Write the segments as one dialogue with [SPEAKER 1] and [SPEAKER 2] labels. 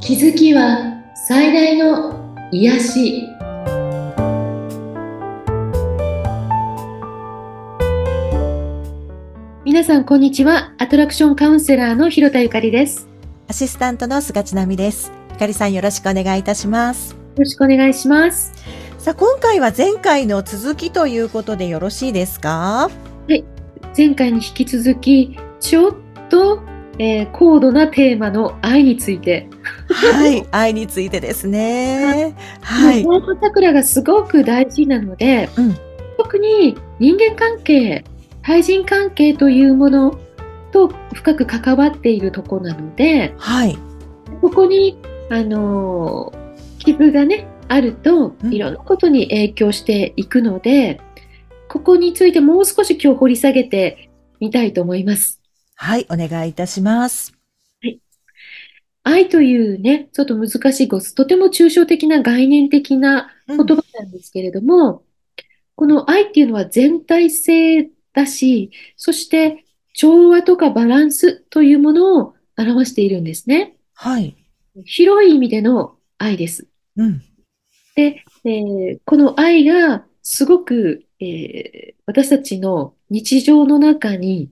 [SPEAKER 1] 気づきは最大の癒し皆さんこんにちはアトラクションカウンセラーの広田ゆかりですよ
[SPEAKER 2] アシスタントの菅千奈美です。ゆかりさんよろしくお願いいたします。
[SPEAKER 1] ろしくお願いします
[SPEAKER 2] さあ、今回は前回の続きということでよろしいですか
[SPEAKER 1] 前回に引き続きちょっと、えー高度なテーマの愛について
[SPEAKER 2] はい。 愛についてですね。はい。
[SPEAKER 1] もう本桜がすごく大事なので、
[SPEAKER 2] うん
[SPEAKER 1] 特に人間関係対人関係というものと深く関わっているとこなので
[SPEAKER 2] はい。
[SPEAKER 1] ここに、あのー傷がねあると
[SPEAKER 2] うん
[SPEAKER 1] いろんなことに影響していくので、ここについてもう少し今日掘り下げてみたいと思います。
[SPEAKER 2] はい。お願いいたします。
[SPEAKER 1] 愛というねちょっと難しいごとても抽象的な概念的な
[SPEAKER 2] うん
[SPEAKER 1] 言葉なんですけれども、この愛っていうのは全体性だし、そして調和とかバランスというものを表しているんですね。
[SPEAKER 2] はい。
[SPEAKER 1] 広い意味での愛です。
[SPEAKER 2] うん。
[SPEAKER 1] で、えーこの愛がすごく、えー私たちの日常の中に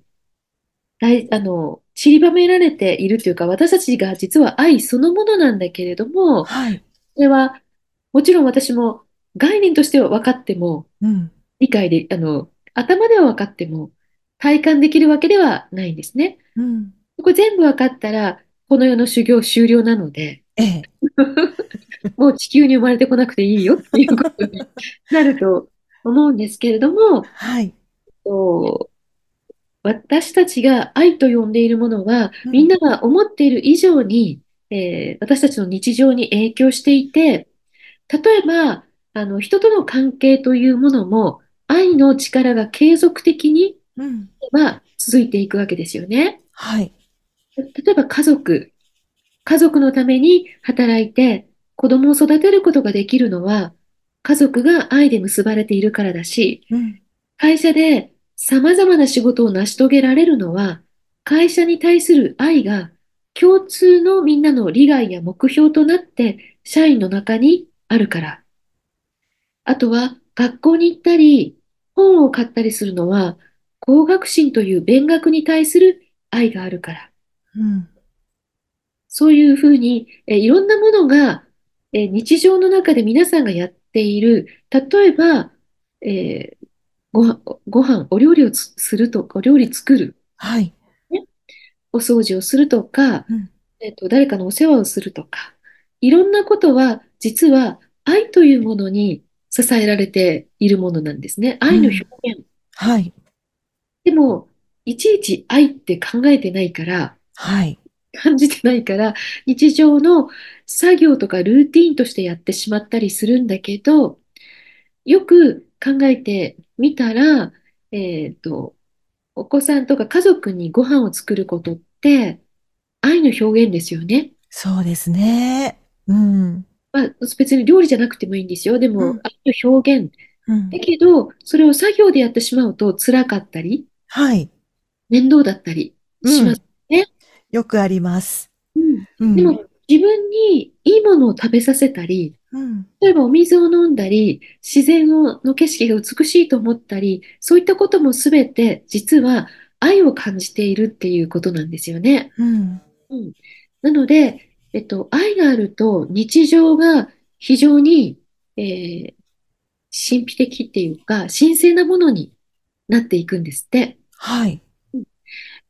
[SPEAKER 1] 大あの散りばめられているというか、私たちが実は愛そのものなんだけれども、
[SPEAKER 2] はい。
[SPEAKER 1] それは、もちろん私も概念としては分かっても、
[SPEAKER 2] うん。
[SPEAKER 1] 理解で、あの、頭では分かっても、体感できるわけではないんですね。
[SPEAKER 2] うん。
[SPEAKER 1] これ全部分かったら、この世の修行終了なの で、
[SPEAKER 2] ええ。
[SPEAKER 1] もう地球に生まれてこなくていいよっていうことになると思うんですけれども、
[SPEAKER 2] はい。
[SPEAKER 1] こう私たちが愛と呼んでいるものは、
[SPEAKER 2] うん
[SPEAKER 1] みんなが思っている以上に、えー私たちの日常に影響していて、例えば、あの、人との関係というものも、愛の力が継続的に、
[SPEAKER 2] うん。
[SPEAKER 1] は続いていくわけですよね。
[SPEAKER 2] はい。
[SPEAKER 1] 例えば家族。家族のために働いて、子供を育てることができるのは、家族が愛で結ばれているからだし、
[SPEAKER 2] うん。
[SPEAKER 1] 会社で様々な仕事を成し遂げられるのは、会社に対する愛が共通のみんなの利害や目標となって社員の中にあるから。あとは学校に行ったり、本を買ったりするのは、工学心という勉学に対する愛があるから。
[SPEAKER 2] うん。
[SPEAKER 1] そういうふうに、えーいろんなものが、えー日常の中で皆さんがやっている、例えば、えーごは、ご飯、お料理をつするとか、お料理作る、
[SPEAKER 2] はい。
[SPEAKER 1] お掃除をするとか
[SPEAKER 2] うん、
[SPEAKER 1] えっと、誰かのお世話をするとか、いろんなことは、実は愛というものに支えられているものなんですね。愛の表現。
[SPEAKER 2] はい。
[SPEAKER 1] でも、いちいち愛って考えてないから、
[SPEAKER 2] はい。
[SPEAKER 1] 感じてないから、日常の作業とかルーティーンとしてやってしまったりするんだけど、よく考えてみたら、えっと、お子さんとか家族にご飯を作ることって、愛の表現ですよね。
[SPEAKER 2] そうですね。うん。
[SPEAKER 1] まあ、別に料理じゃなくてもいいんですよ。でも
[SPEAKER 2] うん、
[SPEAKER 1] 愛の表現。
[SPEAKER 2] うん
[SPEAKER 1] だ。けど、それを作業でやってしまうと辛かったり、
[SPEAKER 2] はい。
[SPEAKER 1] 面倒だったりします。
[SPEAKER 2] よくあります。
[SPEAKER 1] うん
[SPEAKER 2] うん
[SPEAKER 1] でも、自分にいいものを食べさせたり、
[SPEAKER 2] うん。
[SPEAKER 1] 例えばお水を飲んだり、自然の景色が美しいと思ったり、そういったこともすべて実は愛を感じているっていうことなんですよね。
[SPEAKER 2] うん。
[SPEAKER 1] うん、なので、えっと、愛があると日常が非常に、えー神秘的っていうか、神聖なものになっていくんですって。
[SPEAKER 2] はい。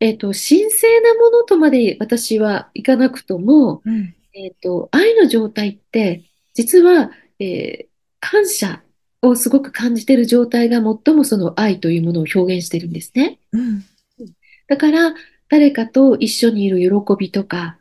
[SPEAKER 1] えっと、神聖なものとまで私はいかなくとも、
[SPEAKER 2] うん。
[SPEAKER 1] えっと、愛の状態って、実は、えー感謝をすごく感じている状態が最もその愛というものを表現してるんですね。
[SPEAKER 2] うん。
[SPEAKER 1] だから、誰かと一緒にいる喜びとか、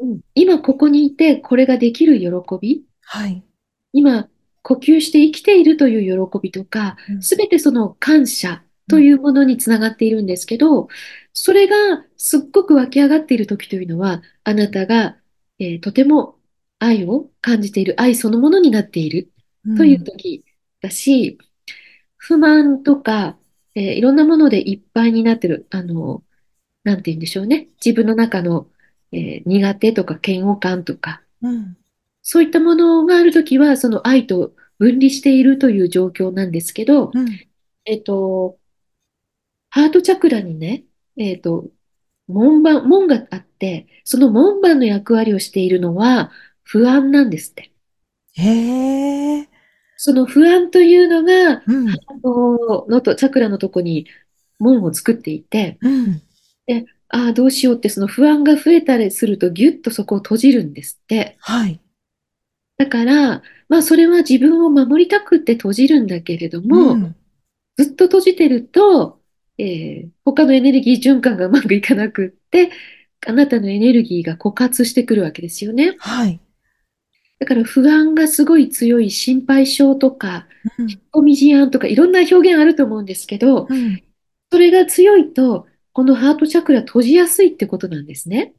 [SPEAKER 2] うん。
[SPEAKER 1] 今ここにいてこれができる喜び、
[SPEAKER 2] はい。
[SPEAKER 1] 今呼吸して生きているという喜びとか、
[SPEAKER 2] うん
[SPEAKER 1] すべてその感謝というものにつながっているんですけど、それがすっごく湧き上がっている時というのは、あなたが、えーとても愛を感じている、愛そのものになっているという時だし、不満とか、えーいろんなものでいっぱいになってる、あの、なんて言うんでしょうね。自分の中の、えー苦手とか嫌悪感とか、
[SPEAKER 2] うん。
[SPEAKER 1] そういったものがあるときは、その愛と分離しているという状況なんですけど、
[SPEAKER 2] うん。
[SPEAKER 1] えっと、ハートチャクラにね、えっと、門番、門があって、その門番の役割をしているのは不安なんですって。
[SPEAKER 2] へえ。
[SPEAKER 1] その不安というのが、
[SPEAKER 2] うん。
[SPEAKER 1] あの、のと、チャクラのとこに門を作っていて、
[SPEAKER 2] うん。
[SPEAKER 1] ああ、どうしようって、その不安が増えたりすると、ぎゅっとそこを閉じるんですって。
[SPEAKER 2] はい。
[SPEAKER 1] だから、まあ、それは自分を守りたくって閉じるんだけれども、
[SPEAKER 2] ん。
[SPEAKER 1] ずっと閉じてると、えー他のエネルギー循環がうまくいかなくって、あなたのエネルギーが枯渇してくるわけですよね。
[SPEAKER 2] はい。
[SPEAKER 1] だから不安がすごい強い心配性とか、
[SPEAKER 2] うん
[SPEAKER 1] おみじあんとかいろんな表現あると思うんですけど、
[SPEAKER 2] うん。
[SPEAKER 1] それが強いと、このハートチャクラ閉じやすいってことなんですね。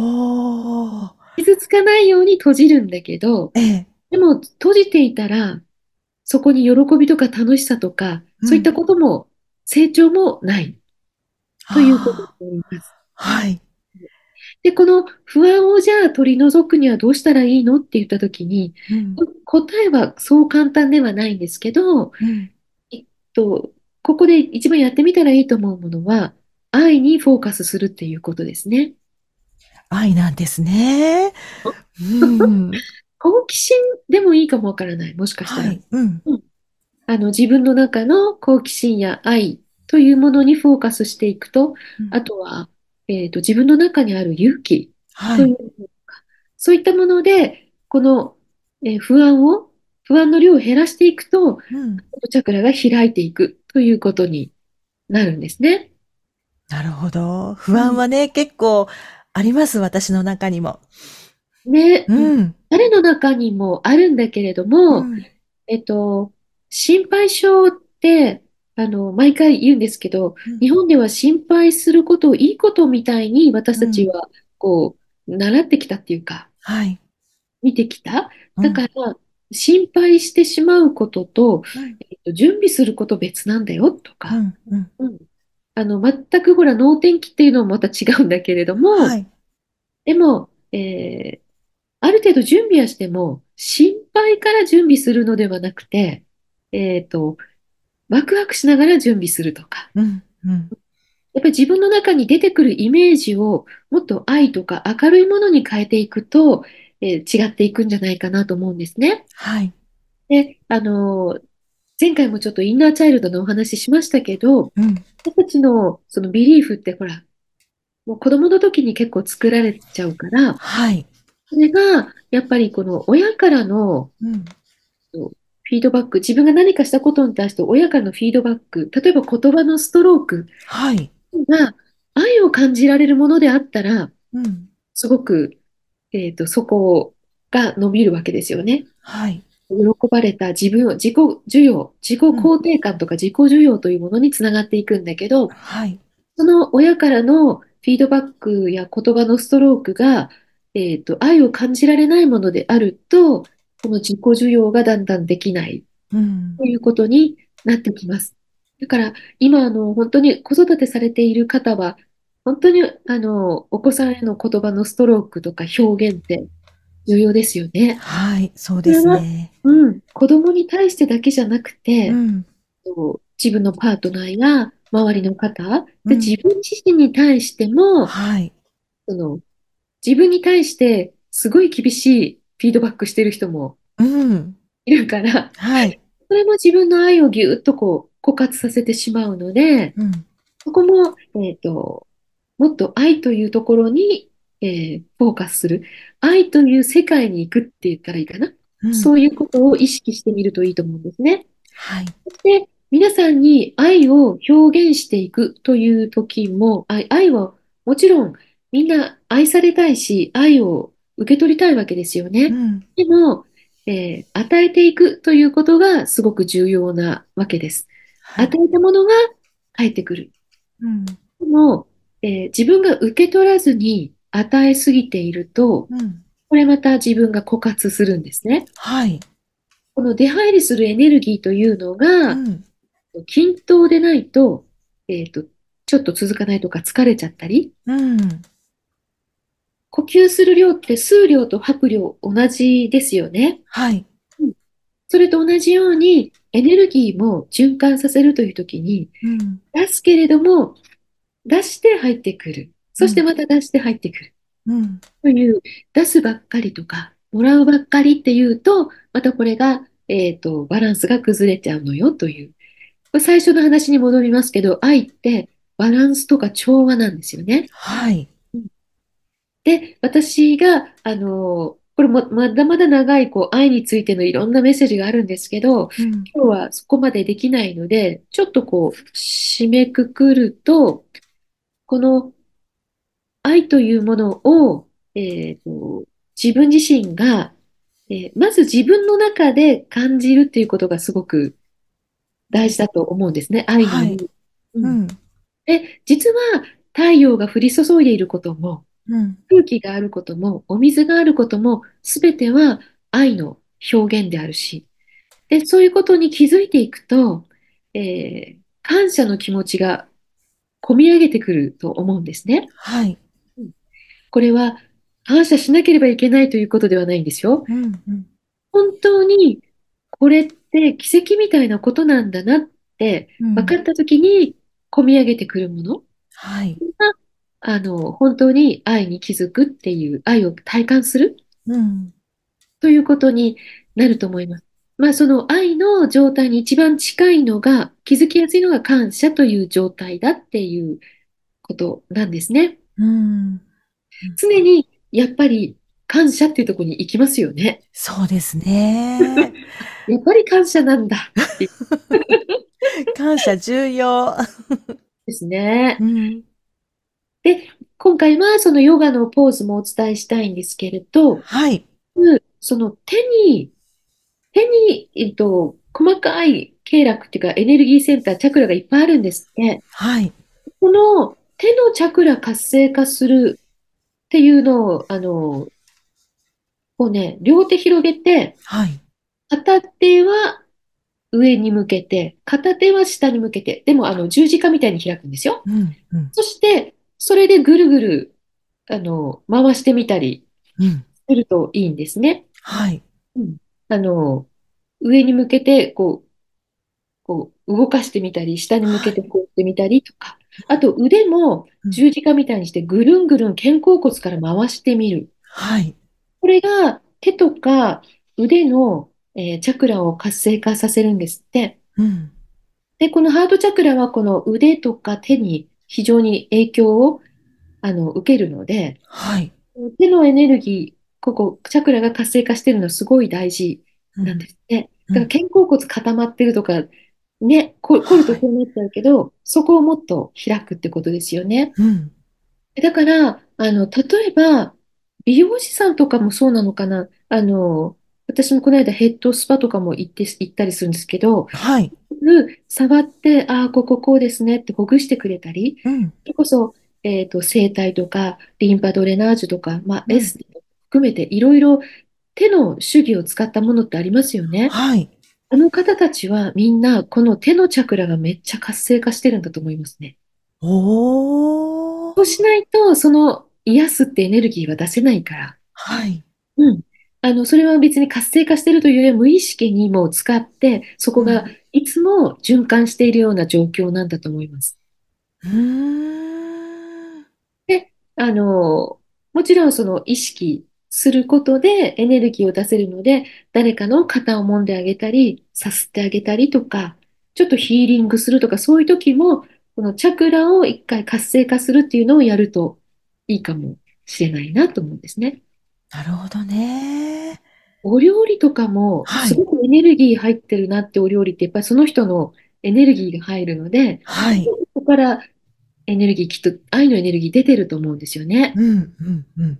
[SPEAKER 2] おー。
[SPEAKER 1] 傷つかないように閉じるんだけど、
[SPEAKER 2] ええ。
[SPEAKER 1] でも閉じていたら、そこに喜びとか楽しさとか、
[SPEAKER 2] うん
[SPEAKER 1] そういったことも、成長もないということに
[SPEAKER 2] あー
[SPEAKER 1] なります。
[SPEAKER 2] はい。
[SPEAKER 1] で、この不安をじゃあ取り除くにはどうしたらいいのって言ったときに、
[SPEAKER 2] うん。
[SPEAKER 1] 答えはそう簡単ではないんですけど、
[SPEAKER 2] うん。
[SPEAKER 1] と、ここで一番やってみたらいいと思うものは、愛にフォーカスするっていうことですね。
[SPEAKER 2] 愛なんですね。うん。
[SPEAKER 1] 好奇心でもいいかもわからない。もしかした
[SPEAKER 2] は
[SPEAKER 1] ら。
[SPEAKER 2] い。うん。
[SPEAKER 1] あの、自分の中の好奇心や愛というものにフォーカスしていくと
[SPEAKER 2] う、ん
[SPEAKER 1] あとは、えっと、自分の中にある勇気。
[SPEAKER 2] は
[SPEAKER 1] とい
[SPEAKER 2] い。
[SPEAKER 1] うのかそういったもので、この、えー不安を、不安の量を減らしていくと、
[SPEAKER 2] うん。
[SPEAKER 1] チャクラが開いていくということになるんですね。
[SPEAKER 2] なるほど。不安はね、結構あります、私の中にも。
[SPEAKER 1] ね、
[SPEAKER 2] うん。
[SPEAKER 1] 誰の中にもあるんだけれども、えっと、心配性って、あの、毎回言うんですけど、日本では心配することをいいことみたいに私たちは、こう、習ってきたっていうか、
[SPEAKER 2] はい。
[SPEAKER 1] 見てきた。だから、心配してしまうことと、
[SPEAKER 2] ら、
[SPEAKER 1] えっと準備すること別なんだよと
[SPEAKER 2] う
[SPEAKER 1] か、
[SPEAKER 2] ん。うん。
[SPEAKER 1] うんあの、全くほら、能天気っていうのもまた違うんだけれども、
[SPEAKER 2] はい。
[SPEAKER 1] でも、えーある程度準備はしても、心配から準備するのではなくて、えっと、ワクワクしながら準備するとか、
[SPEAKER 2] うん。うん。
[SPEAKER 1] やっぱり自分の中に出てくるイメージをもっと愛とか明るいものに変えていくと、えー違っていくんじゃないかなと思うんですね。
[SPEAKER 2] はい。
[SPEAKER 1] で、あのー前回もちょっとインナーチャイルドのお話ししましたけど、
[SPEAKER 2] うん。
[SPEAKER 1] 私たちのそのビリーフってほら、もう子供の時に結構作られちゃうから、
[SPEAKER 2] はい。
[SPEAKER 1] それがやっぱりこの親からの
[SPEAKER 2] うん。
[SPEAKER 1] フィードバック、自分が何かしたことに対して親からのフィードバック、例えば言葉のストローク
[SPEAKER 2] はい。
[SPEAKER 1] が愛を感じられるものであったら、
[SPEAKER 2] うん。
[SPEAKER 1] すごく、えっと、そこが伸びるわけですよね。
[SPEAKER 2] はい。
[SPEAKER 1] 喜ばれた自分を、自己需要、自己肯定感とか自己需要というものにつながっていくんだけど、
[SPEAKER 2] はい。
[SPEAKER 1] その親からのフィードバックや言葉のストロークが、えっと、愛を感じられないものであると、この自己需要がだんだんできない
[SPEAKER 2] うん。
[SPEAKER 1] ということになってきます。だから、今、あの、本当に子育てされている方は、本当に、あの、お子さんへの言葉のストロークとか表現って重要ですよね。
[SPEAKER 2] はい。そうですね。
[SPEAKER 1] うん。子供に対してだけじゃなくて、
[SPEAKER 2] うん。
[SPEAKER 1] こう自分のパートナーや周りの方、で、
[SPEAKER 2] うん
[SPEAKER 1] 自分自身に対しても、
[SPEAKER 2] はい。
[SPEAKER 1] その、自分に対してすごい厳しいフィードバックしてる人も
[SPEAKER 2] うん。
[SPEAKER 1] いるから、
[SPEAKER 2] はい。
[SPEAKER 1] それも自分の愛をぎゅっとこう枯渇させてしまうので、
[SPEAKER 2] うん。
[SPEAKER 1] そこも、えっと、もっと愛というところに、えーフォーカスする。愛という世界に行くって言ったらいいかな。
[SPEAKER 2] う
[SPEAKER 1] そ
[SPEAKER 2] ん。
[SPEAKER 1] ういうことを意識してみるといいと思うんですね。
[SPEAKER 2] はい。
[SPEAKER 1] で、皆さんに愛を表現していくという時も、愛、愛はもちろんみんな愛されたいし、愛を受け取りたいわけですよ
[SPEAKER 2] う
[SPEAKER 1] ね。
[SPEAKER 2] ん。
[SPEAKER 1] でも、えー与えていくということがすごく重要なわけです。
[SPEAKER 2] は
[SPEAKER 1] 与
[SPEAKER 2] い。
[SPEAKER 1] えたものが返ってくる。
[SPEAKER 2] うん。
[SPEAKER 1] でも、えー自分が受け取らずに与えすぎていると、
[SPEAKER 2] うん。
[SPEAKER 1] これまた自分が枯渇するんですね。
[SPEAKER 2] はい。
[SPEAKER 1] この出入りするエネルギーというの
[SPEAKER 2] う
[SPEAKER 1] が、
[SPEAKER 2] ん。
[SPEAKER 1] 均等でないと、えっと、ちょっと続かないとか疲れちゃったり、
[SPEAKER 2] うん。
[SPEAKER 1] 呼吸する量って数量と吐く量同じですよね。
[SPEAKER 2] はい。
[SPEAKER 1] それと同じようにエネルギーも循環させるというときに、
[SPEAKER 2] うん。
[SPEAKER 1] 出すけれども、出して入ってくる。そしてまた出して入ってくる。
[SPEAKER 2] うん。
[SPEAKER 1] という、出すばっかりとか、もらうばっかりっていうと、またこれが、えっと、バランスが崩れちゃうのよという。これ最初の話に戻りますけど、愛ってバランスとか調和なんですよね。
[SPEAKER 2] はい。
[SPEAKER 1] で、私が、あのこれもまだまだ長いこう愛についてのいろんなメッセージがあるんですけど、
[SPEAKER 2] うん。
[SPEAKER 1] 今日はそこまでできないので、ちょっとこう、締めくくると、この愛というものを、えーと、自分自身が、えーまず自分の中で感じるっていうことがすごく大事だと思うんですね、愛の意味。う
[SPEAKER 2] うんん。
[SPEAKER 1] で、実は太陽が降り注いでいることも、
[SPEAKER 2] うん。
[SPEAKER 1] 空気があることも、お水があることも、すべては愛の表現であるし、で、そういうことに気づいていくと、えー感謝の気持ちが込み上げてくると思うんですね。
[SPEAKER 2] はい。
[SPEAKER 1] これは感謝しなければいけないということではないんですよ。
[SPEAKER 2] うん。うん。
[SPEAKER 1] 本当にこれって奇跡みたいなことなんだなって
[SPEAKER 2] うん
[SPEAKER 1] 分かったときに込み上げてくるもの。
[SPEAKER 2] はい。
[SPEAKER 1] あの、本当に愛に気づくっていう、愛を体感する。
[SPEAKER 2] うん。
[SPEAKER 1] ということになると思います。まあ、その愛の状態に一番近いのが、気づきやすいのが感謝という状態だっていうことなんですね。
[SPEAKER 2] うん。
[SPEAKER 1] 常にやっぱり感謝っていうところに行きますよね。
[SPEAKER 2] そうですね。
[SPEAKER 1] やっぱり感謝なんだっていうこ
[SPEAKER 2] 感謝重要。
[SPEAKER 1] とですね。
[SPEAKER 2] うん。
[SPEAKER 1] 今回はそのヨガのポーズもお伝えしたいんですけれど、
[SPEAKER 2] はい。
[SPEAKER 1] その手に、手に、えっと、細かい経絡っていうかエネルギーセンター、チャクラがいっぱいあるんですって。
[SPEAKER 2] はい。
[SPEAKER 1] この手のチャクラ活性化するっていうのを、あの、こうね、両手広げて、
[SPEAKER 2] はい。
[SPEAKER 1] 片手は上に向けて、片手は下に向けて、でもあの十字架みたいに開くんですよ。
[SPEAKER 2] うん。うん。
[SPEAKER 1] そして、それでぐるぐる、あの、回してみたり
[SPEAKER 2] うん。
[SPEAKER 1] するといいんですね。
[SPEAKER 2] はい。
[SPEAKER 1] あの、上に向けて、こう、こう動かしてみたり、下に向けてこうやってみたりとか、あと腕も
[SPEAKER 2] うん
[SPEAKER 1] 十字架みたいにしてぐるんぐるん肩甲骨から回してみる。
[SPEAKER 2] はい。
[SPEAKER 1] これが手とか腕の、えーチャクラを活性化させるんですって。
[SPEAKER 2] うん。
[SPEAKER 1] で、このハートチャクラはこの腕とか手に非常に影響をあの受けるので、
[SPEAKER 2] はい。
[SPEAKER 1] 手のエネルギー、ここ、チャクラが活性化してるのすごい大事。
[SPEAKER 2] うん
[SPEAKER 1] なんですね。
[SPEAKER 2] うん
[SPEAKER 1] だから肩甲骨固まってるとか、ね、こ凝るとこうなっちゃうけど、そこをもっと開くってことですよね。
[SPEAKER 2] うん。
[SPEAKER 1] だから、あの、例えば、美容師さんとかもそうなのかな。あの、私もこの間ヘッドスパとかも行って、行ったりするんですけど、
[SPEAKER 2] はい。
[SPEAKER 1] 触って、ああ、こここうですねってほぐしてくれたり、
[SPEAKER 2] うん。
[SPEAKER 1] それこそ、えっと、整体とか、リンパドレナージュとか、まあ、
[SPEAKER 2] うん
[SPEAKER 1] エステも含めていろいろ手の手技を使ったものってありますよね。
[SPEAKER 2] はい。
[SPEAKER 1] あの方たちはみんなこの手のチャクラがめっちゃ活性化してるんだと思いますね。
[SPEAKER 2] お
[SPEAKER 1] そ
[SPEAKER 2] ー。
[SPEAKER 1] うしないと、その癒すってエネルギーは出せないから。
[SPEAKER 2] はい。
[SPEAKER 1] うん。あの、それは別に活性化してるというよりは無意識にもう使って、そこがいつも循環しているような状況なんだと思います。
[SPEAKER 2] うーん。
[SPEAKER 1] あの、もちろんその意識することでエネルギーを出せるので、誰かの肩を揉んであげたり、さすってあげたりとか、ちょっとヒーリングするとか、そういう時も、このチャクラを一回活性化するっていうのをやるといいかもしれないなと思うんですね。
[SPEAKER 2] なるほどね。
[SPEAKER 1] お料理とかも、
[SPEAKER 2] はい
[SPEAKER 1] すごくエネルギー入ってるなってお料理って、やっぱりその人のエネルギーが入るので、
[SPEAKER 2] はい。
[SPEAKER 1] そこからエネルギー、きっと愛のエネルギー出てると思うんですよね。
[SPEAKER 2] うん。うん。うん。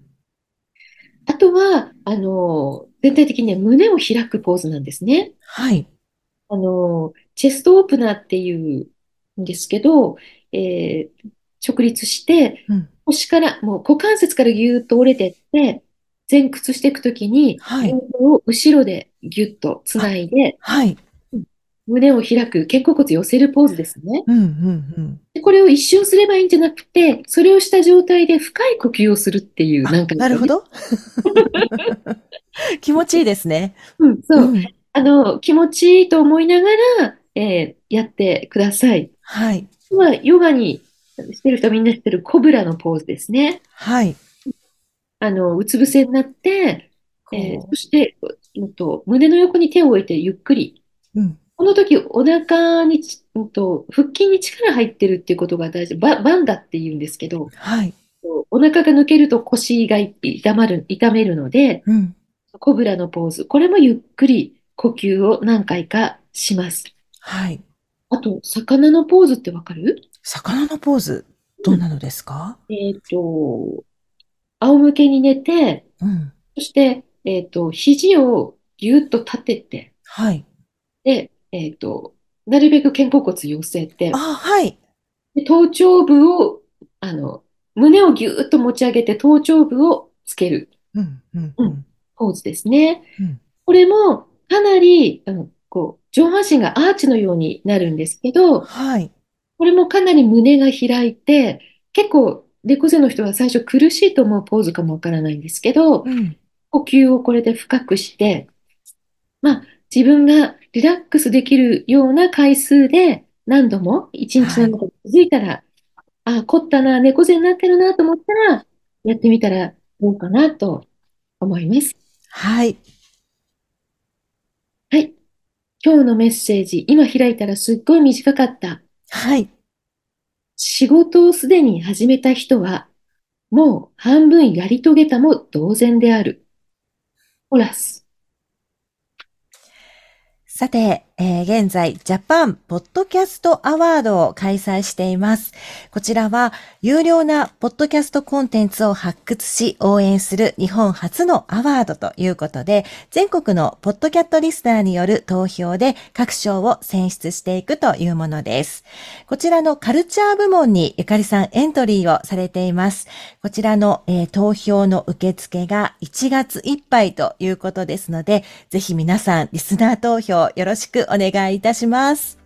[SPEAKER 1] あとは、あの、全体的にね、胸を開くポーズなんですね。
[SPEAKER 2] はい。
[SPEAKER 1] あの、チェストオープナーっていうんですけど、えー直立して、
[SPEAKER 2] うん。
[SPEAKER 1] 腰から、もう股関節からぎゅーっと折れてって、前屈していくときに、
[SPEAKER 2] はい
[SPEAKER 1] 両手を後ろでぎゅっとつないで、
[SPEAKER 2] はい。
[SPEAKER 1] 胸を開く、肩甲骨寄せるポーズですね。
[SPEAKER 2] うん、うん、
[SPEAKER 1] でこれを一周すればいいんじゃなくて、それをした状態で深い呼吸をするっていう、なん
[SPEAKER 2] う
[SPEAKER 1] か、
[SPEAKER 2] ん。なるほ。ど。 気持ちいいですね。
[SPEAKER 1] うん、そうう。
[SPEAKER 2] ん。
[SPEAKER 1] あの、気持ちいいと思いながら、えーやってください。
[SPEAKER 2] はい。
[SPEAKER 1] まあ、ヨガにしてる人はみんな知ってるコブラのポーズですね。
[SPEAKER 2] はい。
[SPEAKER 1] あの、うつ伏せになって、えー
[SPEAKER 2] こ
[SPEAKER 1] そして、うんと、胸の横に手を置いてゆっくり。
[SPEAKER 2] う。うん。
[SPEAKER 1] この時、お腹にち、うんと、腹筋に力入ってるっていうことが大事。バ、バンダって言うんですけど、
[SPEAKER 2] はい。
[SPEAKER 1] お腹が抜けると腰が痛まる、痛めるので、
[SPEAKER 2] うん。
[SPEAKER 1] コブラのポーズ。これもゆっくり呼吸を何回かします。
[SPEAKER 2] はい。
[SPEAKER 1] あと、魚のポーズってわかる
[SPEAKER 2] 魚のポーズ、どんなのですか
[SPEAKER 1] えっと、仰向けに寝て、
[SPEAKER 2] うん。
[SPEAKER 1] そして、えっと、肘をぎゅっと立てて、
[SPEAKER 2] はい。
[SPEAKER 1] で、えっと、なるべく肩甲骨寄せて
[SPEAKER 2] あ、、はい。
[SPEAKER 1] で頭頂部を、あの、胸をぎゅっと持ち上げて頭頂部をつける
[SPEAKER 2] うん、うん、
[SPEAKER 1] う
[SPEAKER 2] うんん。
[SPEAKER 1] ポーズですね。
[SPEAKER 2] うん
[SPEAKER 1] これもかなり、あの、こう、上半身がアーチのようになるんですけど、
[SPEAKER 2] はい。
[SPEAKER 1] これもかなり胸が開いて、結構、猫背の人は最初苦しいと思うポーズかもわからないんですけど、
[SPEAKER 2] うん。
[SPEAKER 1] 呼吸をこれで深くして、まあ、自分がリラックスできるような回数で何度も一日の中で気づいたら、あ、凝ったな、猫背になってるなと思ったら、やってみたらどうかなと思います。
[SPEAKER 2] はい。
[SPEAKER 1] はい。今日のメッセージ、今開いたらすっごい短かった。
[SPEAKER 2] はい。
[SPEAKER 1] 仕事をすでに始めた人は、もう半分やり遂げたも同然である。ホラス。
[SPEAKER 2] さて、えー現在、ジャパンポッドキャストアワードを開催しています。こちらは、有料なポッドキャストコンテンツを発掘し、応援する日本初のアワードということで、全国のポッドキャットリスナーによる投票で各賞を選出していくというものです。こちらのカルチャー部門にゆかりさんエントリーをされています。こちらの、えー投票の受付が1月いっぱいということですので、ぜひ皆さん、リスナー投票よろしくお願いいたします。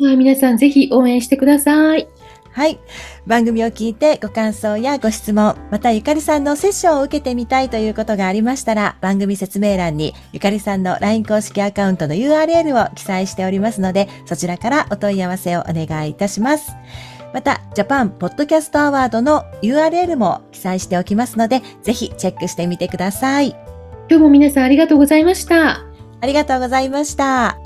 [SPEAKER 1] はい、皆さんぜひ応援してください。
[SPEAKER 2] はい。番組を聞いてご感想やご質問、またゆかりさんのセッションを受けてみたいということがありましたら、番組説明欄にゆかりさんの LINE 公式アカウントの URL を記載しておりますので、そちらからお問い合わせをお願いいたします。また、ジャパンポッドキャストアワードの URL も記載しておきますので、ぜひチェックしてみてください。
[SPEAKER 1] 今日も皆さんありがとうございました。
[SPEAKER 2] ありがとうございました。